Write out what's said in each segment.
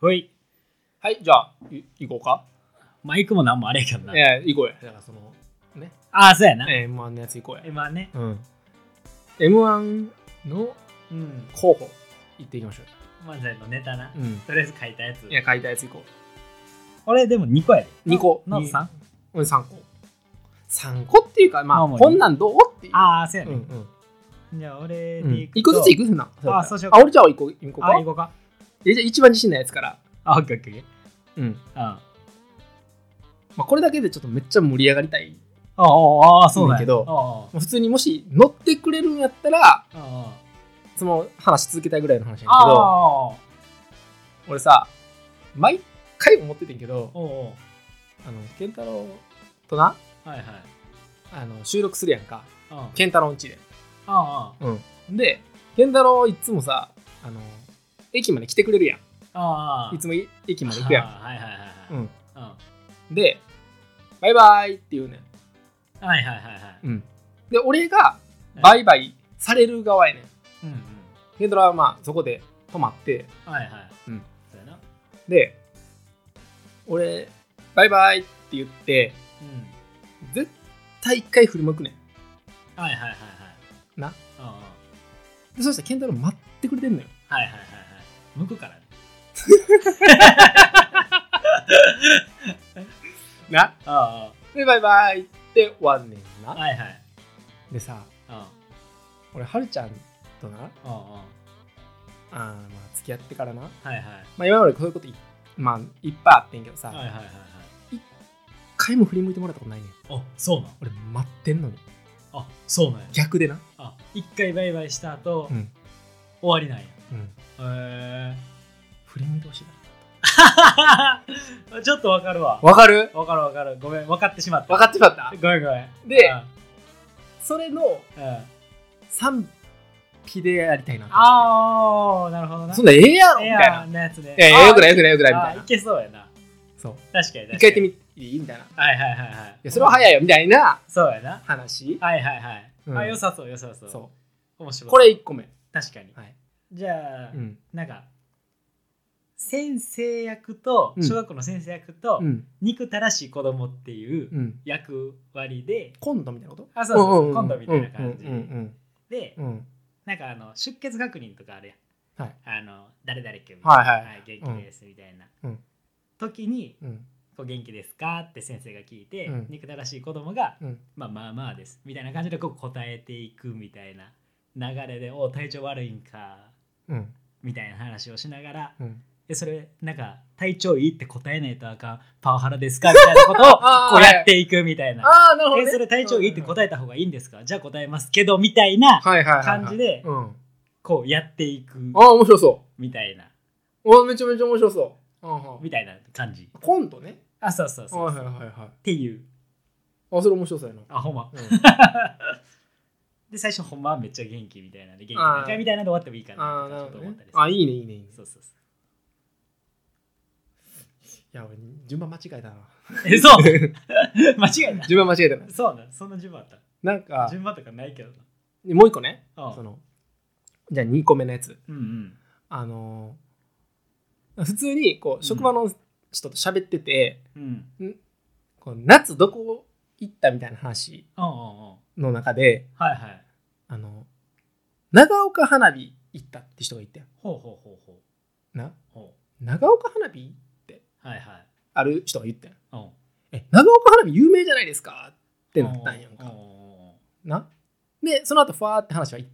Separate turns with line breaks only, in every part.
はい。
はい、じゃあ、い行こうか。
マイクもなんもあれやけどな。
ええ行こうや。だからその、
ああ、そうやな。
ええ M1 のやつ行こうや。
今ね。
うん。M1 の
うん。
候補、行っていきましょ
漫才のネタな
う。。うん。
とりあえず書いたやつ
い。や、書いたやつ行こ
俺でも2個やで。
二個
なの
二
3?
う。うん、3個。3個っていうか、ま
ま
あ、
あもういい
こんなんどうっていう。
ああ、そうや
うん
ね。
うん。
じゃあ俺
うん
でい
一個ずつ
い
行くふな。
あそうしよう
あ、俺じゃあ行こう行こう
あ、行
か。
こうか。
えじゃあ一番自信ないやつから。
あ、オッケーオッケーオッケ
うん。
ー。うん。
まあ、これだけでちょっとめっちゃ盛り上がりたい。
ああ、ああ、そうなんや
いいけど
あ
もう普通にもし乗ってくれるんやったら、
あ、あ
その話続けたいぐらいの話やねんけ
あ、
ど、
ああ、
俺さ、毎回思っててんけど、
おお
あの、健太郎とな、
う、はいはい。
あの収録するやんか。
うんあ
健太郎んちで。
あ、
うん。で、健太郎いつもさ、あの、駅まで来てくれるや
ああ、
ん。い
も
つもい駅まで行くやん。
はいはいはいはい。
うん。
うん。
で、バイバイって言うねん。
はいはいはいはい。
うん。で、俺がバイバイされる側やねん。
うんうん。
ヘドラはまあそこで泊まって
はいはい。
うん。
そうやな。
で俺バイバイって言って
うん。
絶対一回振り向くね
はいはいはいはい。
な
うんうん。
んでそしたら健太郎待ってくれてんのよ
はいはいはいはい。向く からね。
な
あ
でバイバイって終わんねん
あ、
な
はいはい。
でさ
うん。うん
俺はるちゃんとな
うん。
あーまあ付き合ってからな、ま
はいはい。
あ、今までこういうことい,、まあ、いっぱいあってんけどさ、
はいはいはいはい。
一回も振り向いてもらったことないねん
あ、そうなん。
俺待ってんのに
あ、そうなんや。
逆でな
あ、一回バイバイした後、
うん
終わりなんや。
うん
へ
振り向いてほしい
え。ちょっとわかるわ
な。わかる
わかるわかる。ごめん、分かってしまった。
分かってしまった
ごめんごめん。
で
うん
それの
うん
賛否でやりたいなと思って
ああ、なるほどな。
そんなええやろみ
エ
たいな
アー。なやつね。
いやい
あ
や、
ー
よくないよくないよくないみたい
あー
な。
けそうやな。
そう。
確かに確かに。
一回やってみいいみたいな。い
はいはいはいはい。
や、それは早いよみたいな
そうやな。
話。
はいはいはい。
うん
あ、良さそう良さそう。
そ
面白
う。
い。
これ1個目。
確かに。
はい
じゃあ、
うん。
なんか、先生役と、
うん
小学校の先生役と、
うん。
憎たらしい子供っていう
うん。
役割で、
コントみたいなこと
あ、そうそうそう、
んんん
コントみたいな感じ
うんうん
で
う、んうん。
なんかあの出血確認とかあるやん、
はい
あの誰々君、
はいは
元
い
気ですみたいな、
うん
時に
うん
こう元気ですかって先生が聞いて、
うん
憎たらしい子供が、
うん
まあまあまあですみたいな感じでこう答えていくみたいな流れでお体調悪いんか
うん
みたいな話をしながら
うん。
えそれなんか体調いいって答えないとあかんパワハラですかみたいなことを
あー
こうやっていくみたいな。
ああ、なるほど
え
ね。
それ体調いいって
え
答えた方がいいんですかじゃあ答えますけどみたいな
はいはいはいはい。
感じで
うん。あ
こうやっていく
あ、面白そ
みたいな、
う。おめちゃめちゃ面白そう。うんうん
みたいな感じ。
コントね。
あ、そうそうそう。
はい
っ
はいはいはい。
ていう。
あ、それ面白そうやな。
あ、ほんま。
うん
で、最初、ほんまはめっちゃ元気みたいなんで、元気
あー
ないかみたいなんで終わってもいいか
あ
な
あ、
とかちょっと
なるほど
思っ
ね
たり。する。
あ、いいねいいねいいね。
そうそうそ
いや、俺順番間違えたな。
う。え、そう 間違えた。
順番間違えたな。
そうなの、そんな順番あっ
なん
た。
か、
順番とかないけどな。
もう一個ね。
あ
そのじゃあ2個目のやつ
うんうん。
あのー普通にこ
ん
う職場の人と喋ってて、
うん。
こう夏どこ行ったみたいな話
おうんうんうん。
の中で
はいはい。
あの長岡花火行ったって人がいて
ほうほうほうほ
な
う。ほ
長岡花火
う。はいはい。
ある人が言ってん
うん。っ
え長岡花火有名じゃないですかってなったんやんかなでその後ふわーって話は行っ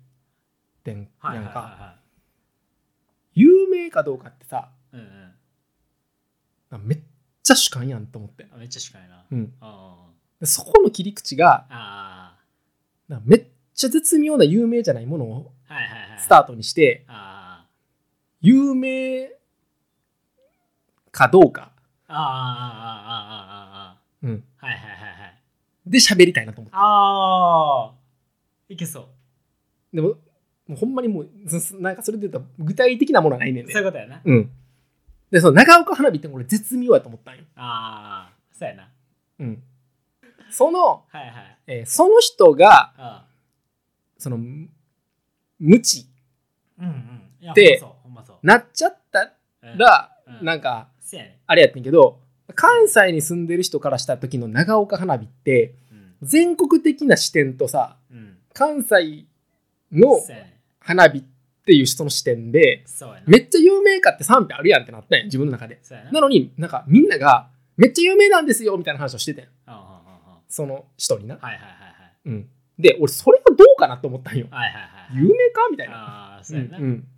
てんや
はいはい
ん
はい
か
は
有名かどうかってさ
い。うんうん。
めっちゃ主観やんと思ってん
あめっちゃ近いな。
うん
おうんうん。
でそこの切り口が
あ
なんかめっちゃ絶妙な有名じゃないものを
あ。はいはいはい。
スタートにして、
ああ。
有名かどうか、
あああああああああ
うん、
あはいはいはいはい
で喋りたいなと思って
ああいけそう
でももうほんまにもうずずなんかそれで言うと具体的なものはないねんで
そういうことやな
うん、でその長岡花火って俺絶妙やと思ったんよ、
ああそうやな
うん、その、
はいはい
えーその人が
あ
そのむ無知
うんうんいや
で
ほんまそうほんまそう
なっちゃった
うん
ら
うん
なんか
せやね、
あれやってんけど関西に住んでる人からした時の長岡花火って
うん
全国的な視点とさ
うん、
関西の
せやね
花火っていう人の視点で
そうやな
めっちゃ有名かって賛否あるやんってなったんや自分の中で
そうやな
なのになんかみんながめっちゃ有名なんですよみたいな話をしててん
うんうんうんうん
その人にな、
はいはいはい
うん、で俺それはどうかなと思ったんよ
はいはいはいはい
有名かみたいな
ああそうやな、
うんうん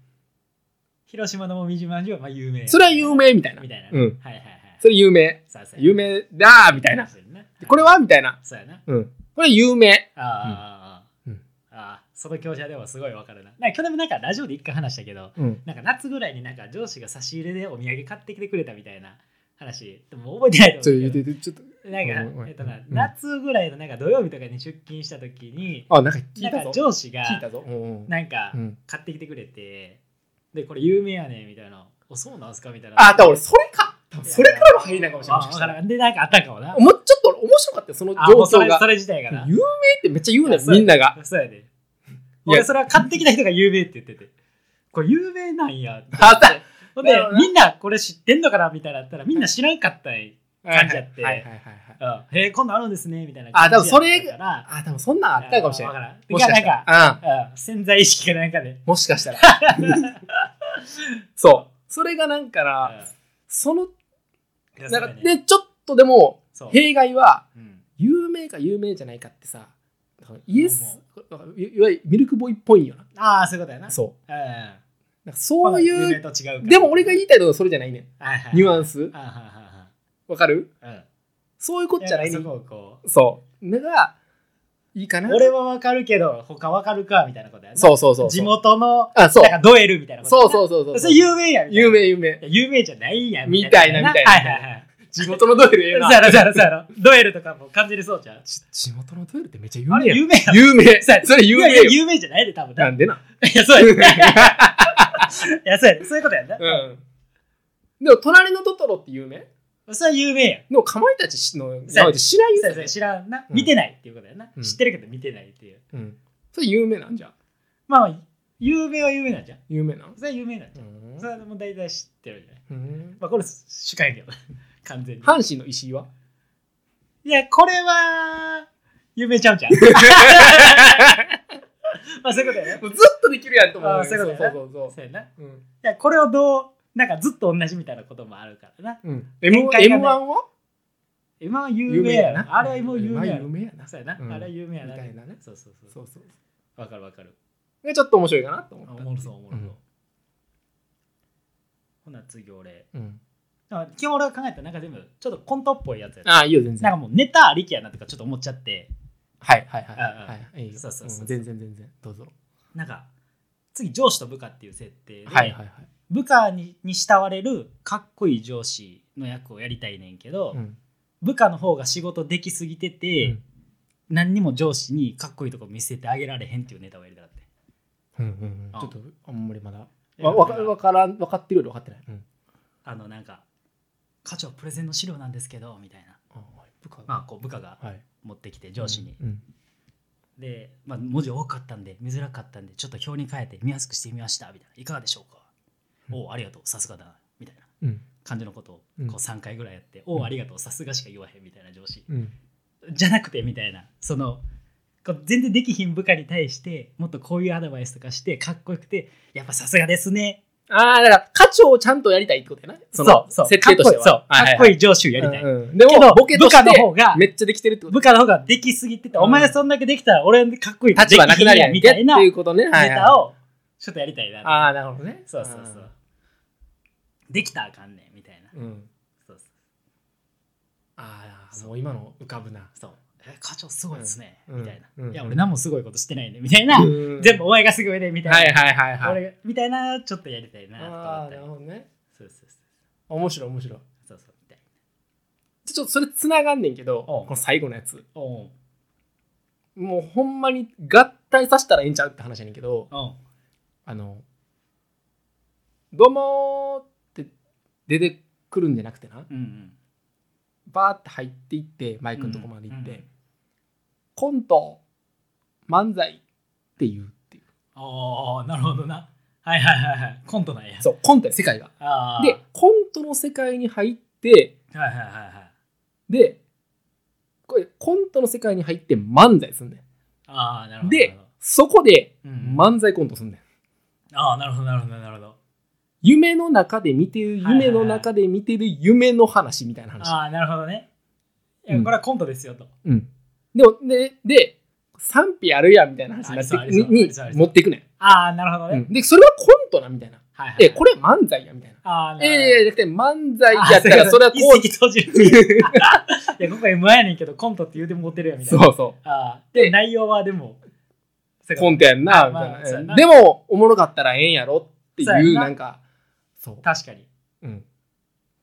広島のもみじまんじゅうはまあ有名やな
それは有名みたいな
みたいな、
うん、
はいはいはい
それ有名
そうそう
有名だーみたいな
そうやな
これはみたいな、
そうやな
うん、これ有名
あー、
うん
あー
うん
あーその教者でもすごいわかるななんか去年もなんかラジオで一回話したけど
うん
なんか夏ぐらいになんか上司が差し入れでお土産買ってきてくれたみたいな話でも覚えてない
ち
と
ょ
思う
言
けど
っててちょっと
なん
ごめんご
か、
めん
えっとな
うん
夏ぐらいのなんか土曜日とかに出勤した時に
あなんか聞
ないん
た
か
ぞ
上司が
聞いたぞうんうん
なんか
うん
買ってきてくれてでこれ有名やねみたいなおそうなんすかみたいな
あだから俺それか多分それからの入りなんかもしれ
あ
ない
わ
もしかし
か
た
ら
ら
んでなんかあったんかもな
もうちょっと俺面白かったよその
あもうそ
状況
れ
が
それ自体がな
有名ってめっちゃ言うね
いや
ん
そうや
みんなが
そうやで。
いや
俺それは買ってきた人が有名って言ってて。これ有名なんやって。
あった
ほんで
なるほど、な
みんなこれ知ってんのかなみたいなやったら、みんな知らんかったんや感じやって
はいはいはいはいはい
うんへえ、こんなんあるんですねみたいな
あ多分それ
やったから
あ多分そんなんあったかもしれな
う
い
んわからん。
もしかした
なんからうん潜在意識がなんかで。
うんもしかし たらそうそれがなんか
う
なその
んいや
なん
そう
か
や
ねちょっとでも
そう
弊害は
うん
有名か有名じゃないかってさイエス
も
いいわゆるミルクボーイっぽいんよな
ああ、そういうことやな。
そう
うん。
なんかそう
有
い
名
う
と違うから
でも俺が言いたいのはそれじゃないねん
はいはい
ニュアンス
あはは
わかる
はは
そういうこ
うん。
っちゃないね
そ
ん
こをこ
そうだからいいかな
う俺はわかるけど、他わかるかみたいなことやな。
そうそうそうそう
地元の
あそう
なんかドエルみたいなことや
そ
な
うそうそうそう
それ有名やみたいな
有名有名
いや有名じゃないや
みたいな
は
み
い
たいな
はいはい
地元のドエルええ
そう
な
やろそうやろそうやろドエルとかも感じるそうじゃん
ち地元のドエルってめっちゃ有
あ
名
れ
やん
有名や
有名
そうや
それ有名
いやいや
よ
有名じゃないで多分
なんでない
や そうやねいやそうやねそういうことやんな、
うん でも隣のトトロって有名
それは有名やん
でもかまいたちの名前って知らんよ
そうやそうや知らんな、
うん
見てないっていうことやな、
うん
知ってるけど見てないっていう
うんそれ有名なんじゃん
まあまあ有名は有名なんじゃん
有名なん
それは有名なんじ
う
ゃん、
ん
それはもう大体知ってるじゃない
うん
まあこれ主観やけど 完全に
阪神の石井はい
やこれは有名ちゃうじゃん まあそういうことやね
もうずっとできるやんと思うよ
あそういうこと
そ
やな
うそうそう
そうやない
うん
やこれをどうなんかずっと同じみたいなこともあるからな
うん
展開
M1
がね
は
今は有名や
な
なあれはもう有名やな
まあ有名やな
そうやな、
うん
あれは有名やな
みたいなね
そうそうそう
そうそう
わかるわかる
がちょっと面白いかなと思
あ
っ
お
た
もろそうおもろそう、
うん
ほな次俺
うん
あ基本俺が考えたなんか全部ちょっとコントっぽいやつやった
ああいいよ全
なん
然
かもうネタありきやなとかちょっと思っちゃって
はいはいはい
ああ
はいいいよ
そうそうそう
うん全然全然どうぞ
なんか次上司と部下っていう設定で、
はいはいはい
部下にに慕われるかっこいい上司の役をやりたいねんけど、
うん
部下の方が仕事できすぎてて、
うん
何にも上司にかっこいいとこ見せてあげられへんっていうネタをやりたかって
うんうんうん
あ
ちょっとあんまりまだ
いや
わわかわからん分かってるより分かってないうん
あのなんか「課長プレゼンの資料なんですけど」みたいな、
あはい部下
まあ、こう部下が
はい
持ってきて上司に、
うん
で、まあ、文字多かったんで見づらかったんでちょっと表に変えて見やすくしてみましたみたいな「いかがでしょうか
うん
おおありがとうさすがだな」みたいな
うん
感じのことを
うん
こう3回ぐらいやって「おおありがとうさすが」しか言わへんみたいな上司
うん
じゃなくてみたいなそのこう全然できひん部下に対してもっとこういうアドバイスとかしてかっこよくてやっぱさすがですね
ああだから課長をちゃんとやりたいってことやな
そ
そうの
そう
設定としては
かっこいいそうかっこ
い
いい上司をやりたい、
うんうんで
けど
もボケとして
部下の方が
めっちゃできてるってこと
部下の方ができすぎてて、
うん
お前そんだけできたら俺かっこいいの
立場なくなるやん
できひんやんみたいな
ってい
ネ
うことね。はいはい
タをちょっとやりたいなと
ああ、なるほどね。
そうそうそうできたらあかんねんみたいな、
うん。うん。
そうそう
ああ、もう今の浮かぶな。
そうえ課長すごいですね、
うん
みたいな、
うん
いや俺何もすごいことしてないねみたいな、
うん
全部お前がすごいねみたいな、
はいはいはいはい。
俺がみたいなちょっとやりたいなと
あ
思
あ、
った
な
り
るほどね。
そうそうそう
面白い面白い。
そうそうみたいな。
ちょっとそれつながんねんけど、
おう
この最後のやつ。
おう
もうほんまに合体させたらええんちゃうって話やねんけど、
おう
あの、どうもーって出てくるんじゃなくてな、
うんうん。
バーって入っていって、マイクのとこまで行って、
うんうん
コント、漫才って言うっていう。
おおなるほどな。はいはいはいはい。コントなんや。
そう、コントや世界が。
ああ。
で、コントの世界に入って
はいはいはいはい
でこれコントの世界に入って漫才すんね
ああなる
ん
ほど
でそこで
うん
漫才コントすんねん
ああなるほどなるほどなるほど
夢の中で見てる
はいはいはい
夢の中で見てる夢の話みたいな話、
ああなるほどねいや
うん
これはコントですよと、
うん、でもでで賛否あるやんみたいな話になって
ありそうありそうあ
に
りそうありそう
持っていくね
ああなるほど
ん、
ね、
うんでそれはコントなみたいな
はいはい
えこれ漫才やみたいな
ああなるほど
えいやいやじゃなくて漫才やった
あ
らそれは
う
こ
いう
う
こと一石閉じるいや今回 M やねんけどコントって言うても持ってるやんみたいな
そうそ
ああで内容はでもそう
う
か
コントやんなみ
まあ
た
そうや
い
な
なでもおもろかったらええんやろってい
そうや
う
な
なんかそう
確かに
うんっ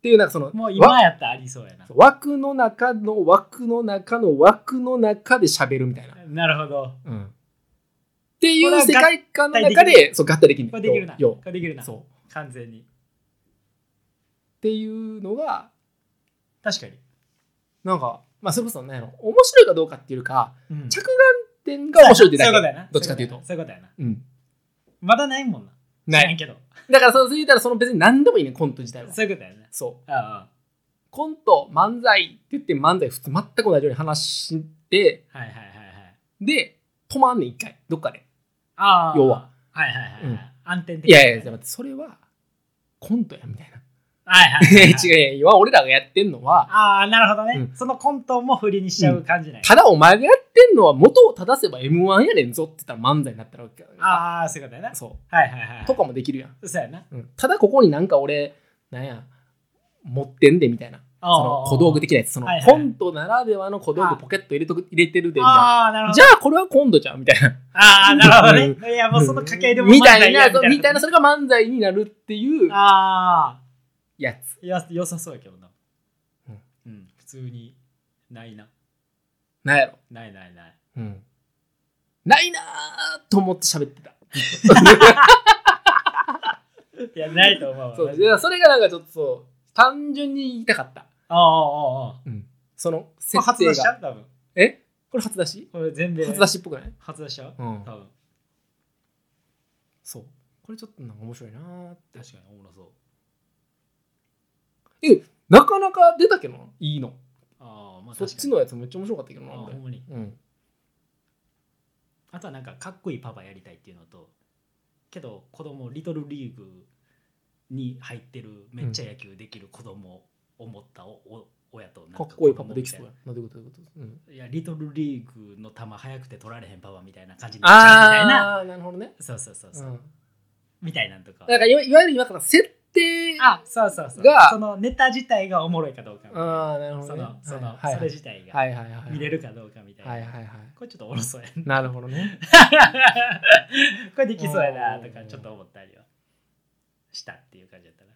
ていうなんかその
もう
わ
今やったらありそうやな
枠の中の枠の中の枠の中で喋るみたいな、
なるほど
うんっていう世界観の中
これは合体で
でそう合体できる
これできるな
よ
これできるな
そうっ
完全に
ていうのが
確かに、
なんかまあそれこそね面白いかどうかっていうよりか
うん
着眼点が面白いってだ
そういうこ
け
とやな
どっちかっていうと
そういうことやな
うん
まだないもんな
な
知らん
い
けど
だからそう言ったらその別に何でもいいねコント自体は
そういうことやな
そう
あ
コント漫才って言って漫才普通全く同じように話して
あはいはいはいはい
で止まんねん一回どっかで
ああ
要は
はいはいはい、
うん
安定的
いやいやいや待
は
ってそれはコントやみたいな
いはいはい、はい、
違ういや俺らがやってんのは
ああなるほどね、
う
そのコントも振りにしちゃう感じない、
ただお前がやってんのは元を正せば m 1やねんぞって言ったら漫才になったらわけやから
ああそういうことやな
そ
はいはいはいう
とかもできるやん、
そうやな
うんただここになんか俺なんや持ってんでみたいなその小道具的なやつその
はいはい
コントならではの小道具ポケット入れとく入れてるでみたいな
ああーなるほど
じゃあこれは今度じゃんみたいな
ああなるほどねいやもうその掛け合いでも
みたいな
漫才や
そうみたいな
こと
それが漫才になるっていう
あ
やつ
あいや良さそうやけどな
うん、
うん、普通にないな
なんやろ、
ないないない
うん、ないなーと思って喋ってた
いやないと思うわ
そうでそれがなんかちょっとそう単純に言いたかった
ああああああ
その
これ
設
初
定
出しちゃ
が
う多分
えこれ初出し
これ全米
初出しっぽくない
初出しちゃう
うん
多分
そうこれちょっとなんか面白いなーって
確かにおもろそう
なかなか出たけどないいの
ああまあ確か
そ
に
っちのやつめっちゃ面白かったけ
あ
どな
あほ
俺
んまに
うん
あとはなんかかっこいいパパやりたいっていうのとけど子供リトルリーグに入ってるめっちゃ野球できる子供を持ったおお親となん
かっこいい
子
パパ
供
できそう
み
やなどういうことどういうこと、うん、
たいないやリトルリーグの球速くて取られへんパパみたいな感じになっちゃうみたいな
ああーなるほどね、
そうそうそう
う
そう、
ん、
みたいなんとか
だからいわいわゆる今から設定
あそうそうそう
が
そのネタ自体がおもろいかどうかみたいな
ああなるほ
そ
どね
のその
はい
そ
は
れ
い
自体が
はいはいはい
見れるかどうかみたいな、
はいはいはい
これちょっとおろそうやな
なるほどね
これできそうやなとかちょっと思ったりはしたっていう感じだったな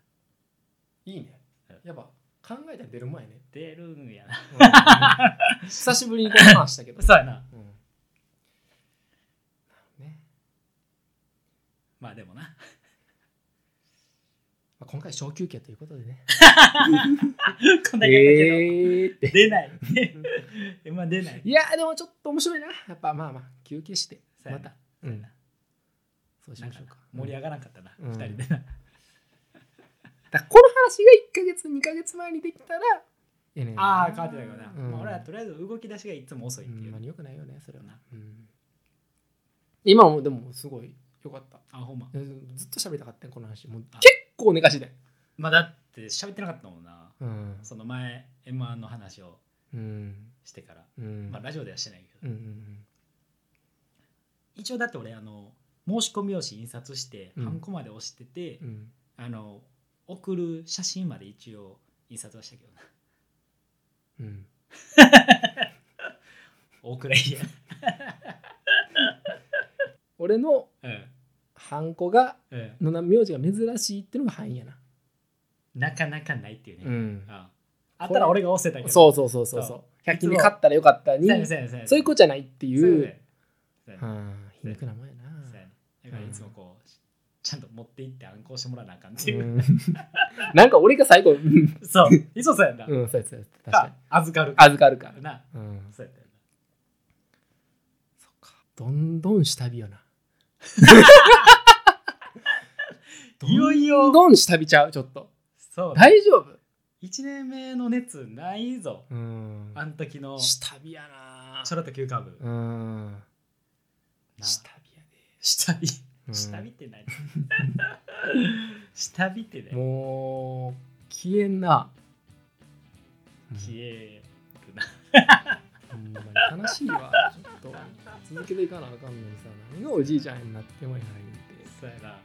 い
いねやっぱ考えたら出る前ね、
出るんやな
うん久しぶりにこの話したけど
そうやな
うんなるほどね
まあでもな
まあ今回小休憩ということで ね
こんだけやったけど、
ーって
出ない まあ出ない
いやーでもちょっと面白いなやっぱまあまあ休憩して
そう
ま
やな
たうんそうし
なん
ま
か
しょうか
盛り
上
上がらんかったな、
う
二
ん
人でな
がこの話が1か月2か月前にできたらええねんな
ああ変わってたけどな、
うん
まあ、俺はとりあえず動き出しがいつも遅いっていう、
うん、よくないよねそれは
な
うん、今もでもすごいよかった
あほんま
ずっと喋りたかったよこの話もう
あ
結構寝かしてたよ
まあだって喋ってなかったもんな
うん
その前 m 1の話を
うん
してから、
うん
まあラジオではしてないけど、
うんうん
一応だって俺あの申し込み用紙印刷して、
うん
ハンコまで押してて、
うん
あの送る写真まで一応印刷はしたけどな
うん
大倉いや
俺の
う
ハンコが
ん、うん、
のな名字が珍しいっていうのが範囲やな
なかなかないっていうね、
ん
ああったら俺が押せたけど
そうそうそうそう
そ
そうう100均で買ったらよかった
う
に
そうやねそうやねそうやね
そういうことじゃないってい
そうや
う
ねそうやね
うん皮肉なもんやな
そうやねだからいつもこうちゃんと持って行って暗行してもらわなあかんっていうう、
んなんか俺が最後うん
そういつもそうやんな、
うんそうやつそうやつ確か
か
に
預かるか
預かるから
な
うん
そうやったよな
そっかどんどん下火よな
いよいよ
どんどん下火ちゃうちょっと
そうだ
大丈夫
1年目の熱ないぞ
うん
あん時のち
下火やな
ょろっと急カーブ
うん
な
下火や
下火
で
下火って何下火ってね
もう消えんな
消えるな
うんほんまに悲しいわちょっと続けていかなあかんのにさ何がおじいちゃんになってもやないって
そうやな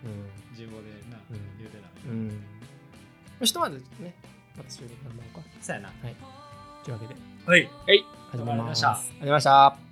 15でな
うん
言うてたの
うん、うん、ひとまずねまた収録頑張ろうか
そうやな
というわけで
はい
はい始
頑張
まり
り
ま
ま
し
したた
始まりました